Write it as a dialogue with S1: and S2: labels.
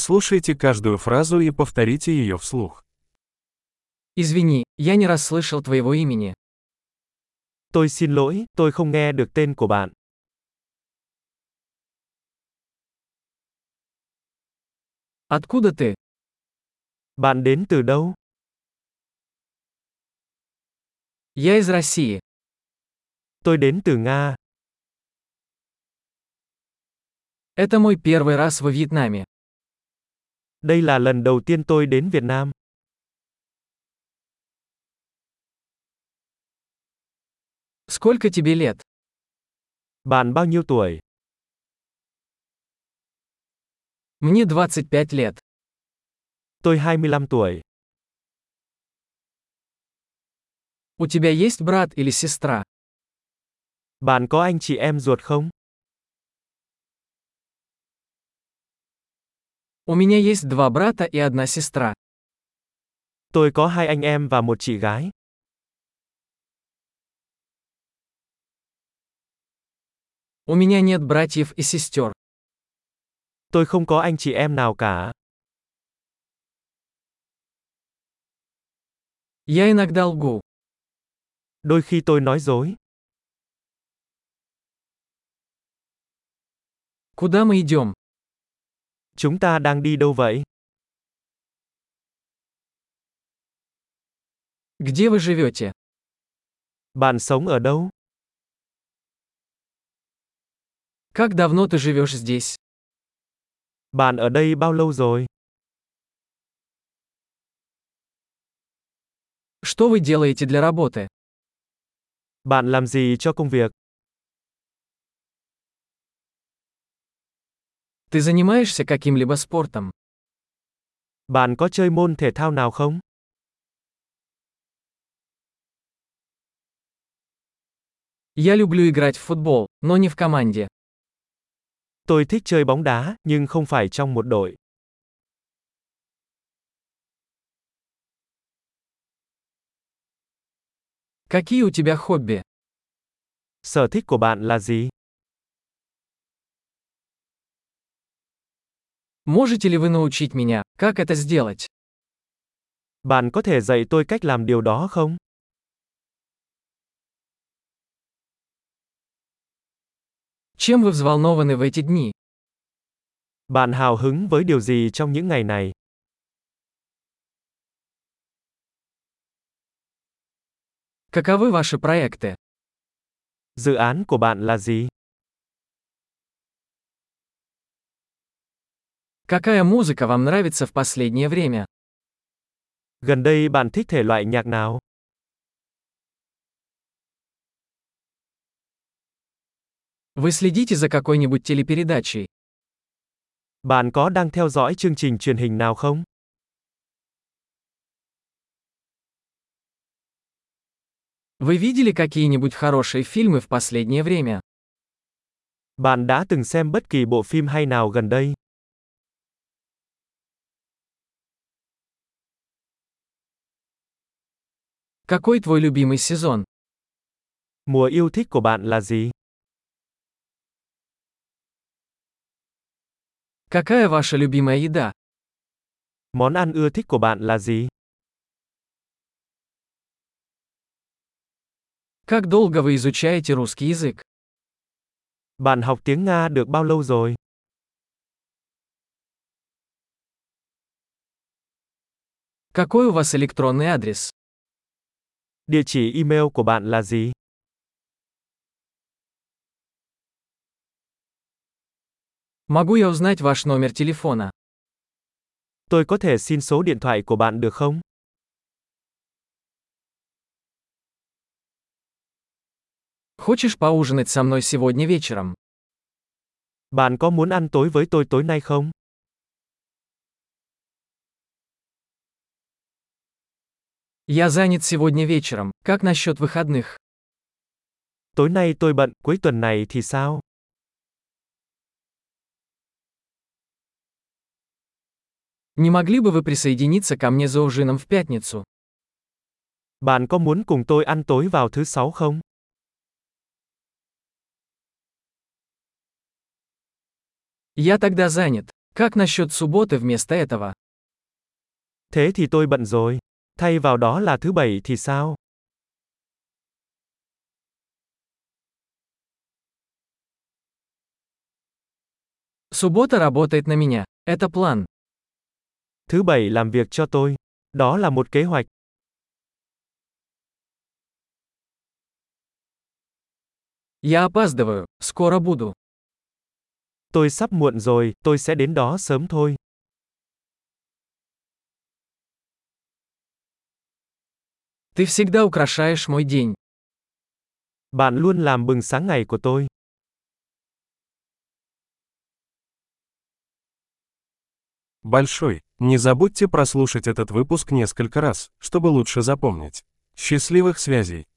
S1: Прослушайте каждую фразу и повторите ее вслух.
S2: Извини, я не расслышал твоего имени.
S3: Tôi xin lỗi, tôi không nghe được tên của bạn.
S2: Откуда ты?
S3: Bạn đến từ đâu?
S2: Я из России.
S3: Tôi đến từ Nga.
S2: Это мой первый раз во Вьетнаме.
S3: Đây là lần đầu tiên tôi đến Việt Nam.
S2: Сколько тебе лет?
S3: Bạn bao nhiêu tuổi?
S2: Мне 25 лет.
S3: Tôi 25 tuổi.
S2: У тебя есть брат или сестра?
S3: Bạn có anh chị em ruột không?
S2: У меня есть два брата и одна сестра.
S3: Tôi có hai anh em và một chị gái.
S2: У меня нет братьев и сестер.
S3: Tôi không có anh chị em nào cả.
S2: Я иногда лгу.
S3: Đôi khi tôi nói dối.
S2: Куда мы идем?
S3: Chúng ta đang đi đâu vậy?
S2: Где вы живете?
S3: Bạn sống ở đâu?
S2: Как давно ты живешь здесь?
S3: Bạn ở đây bao lâu rồi?
S2: Что вы делаете для работы?
S3: Bạn làm gì cho công việc?
S2: Ты занимаешься каким-либо спортом?
S3: Bạn có chơi môn thể thao nào không?
S2: Я люблю играть в футбол, но не в команде.
S3: Tôi thích chơi bóng đá, nhưng không phải trong một đội.
S2: Какие у тебя хобби?
S3: Sở thích của bạn là gì?
S2: Можете ли вы научить меня, как это сделать?
S3: Bạn có thể dạy tôi cách làm điều đó không?
S2: Чем вы взволнованы в эти дни?
S3: Bạn hào hứng với điều gì trong những ngày này?
S2: Каковы ваши проекты?
S3: Dự án của bạn là gì?
S2: Какая музыка вам нравится в последнее время?
S3: Gần đây bạn thích thể loại nhạc nào?
S2: Вы следите за какой-нибудь телепередачей?
S3: Bạn có đang theo dõi chương trình truyền hình nào không?
S2: Вы видели какие-нибудь хорошие фильмы в последнее время?
S3: Bạn đã từng xem bất kỳ bộ phim hay nào gần đây?
S2: Какой твой любимый сезон?
S3: Mùa yêu thích của bạn là gì?
S2: Какая ваша любимая еда?
S3: Món ăn ưa thích của bạn là gì?
S2: Как долго вы изучаете русский язык?
S3: Bạn học tiếng Nga được bao lâu rồi?
S2: Какой у вас электронный адрес?
S3: Địa chỉ email của bạn là gì?
S2: Могу я узнать ваш номер телефона?
S3: Tôi có thể xin số điện thoại của bạn được không?
S2: Хочешь поужинать со мной сегодня вечером?
S3: Bạn có muốn ăn tối với tôi tối nay không?
S2: Я занят сегодня вечером. Как насчет выходных?
S3: Tối nay tôi bận, cuối tuần này thì sao?
S2: Не могли бы вы присоединиться ко мне за ужином в пятницу?
S3: Bạn có muốn cùng tôi ăn tối vào thứ sáu không?
S2: Я тогда занят. Как насчет субботы вместо этого?
S3: Thế thì tôi bận rồi. Thay vào đó là thứ bảy thì sao?
S2: Суббота работает на меня. Это план.
S3: Thứ bảy làm việc cho tôi. Đó là một kế hoạch.
S2: Я опаздываю. Скоро буду.
S3: Tôi sắp muộn rồi, tôi sẽ đến đó sớm thôi.
S2: Ты всегда украшаешь мой день.
S3: Bạn luôn làm bừng sáng ngày của tôi.
S1: Большой, не забудьте прослушать этот выпуск несколько раз, чтобы лучше запомнить. Счастливых связей!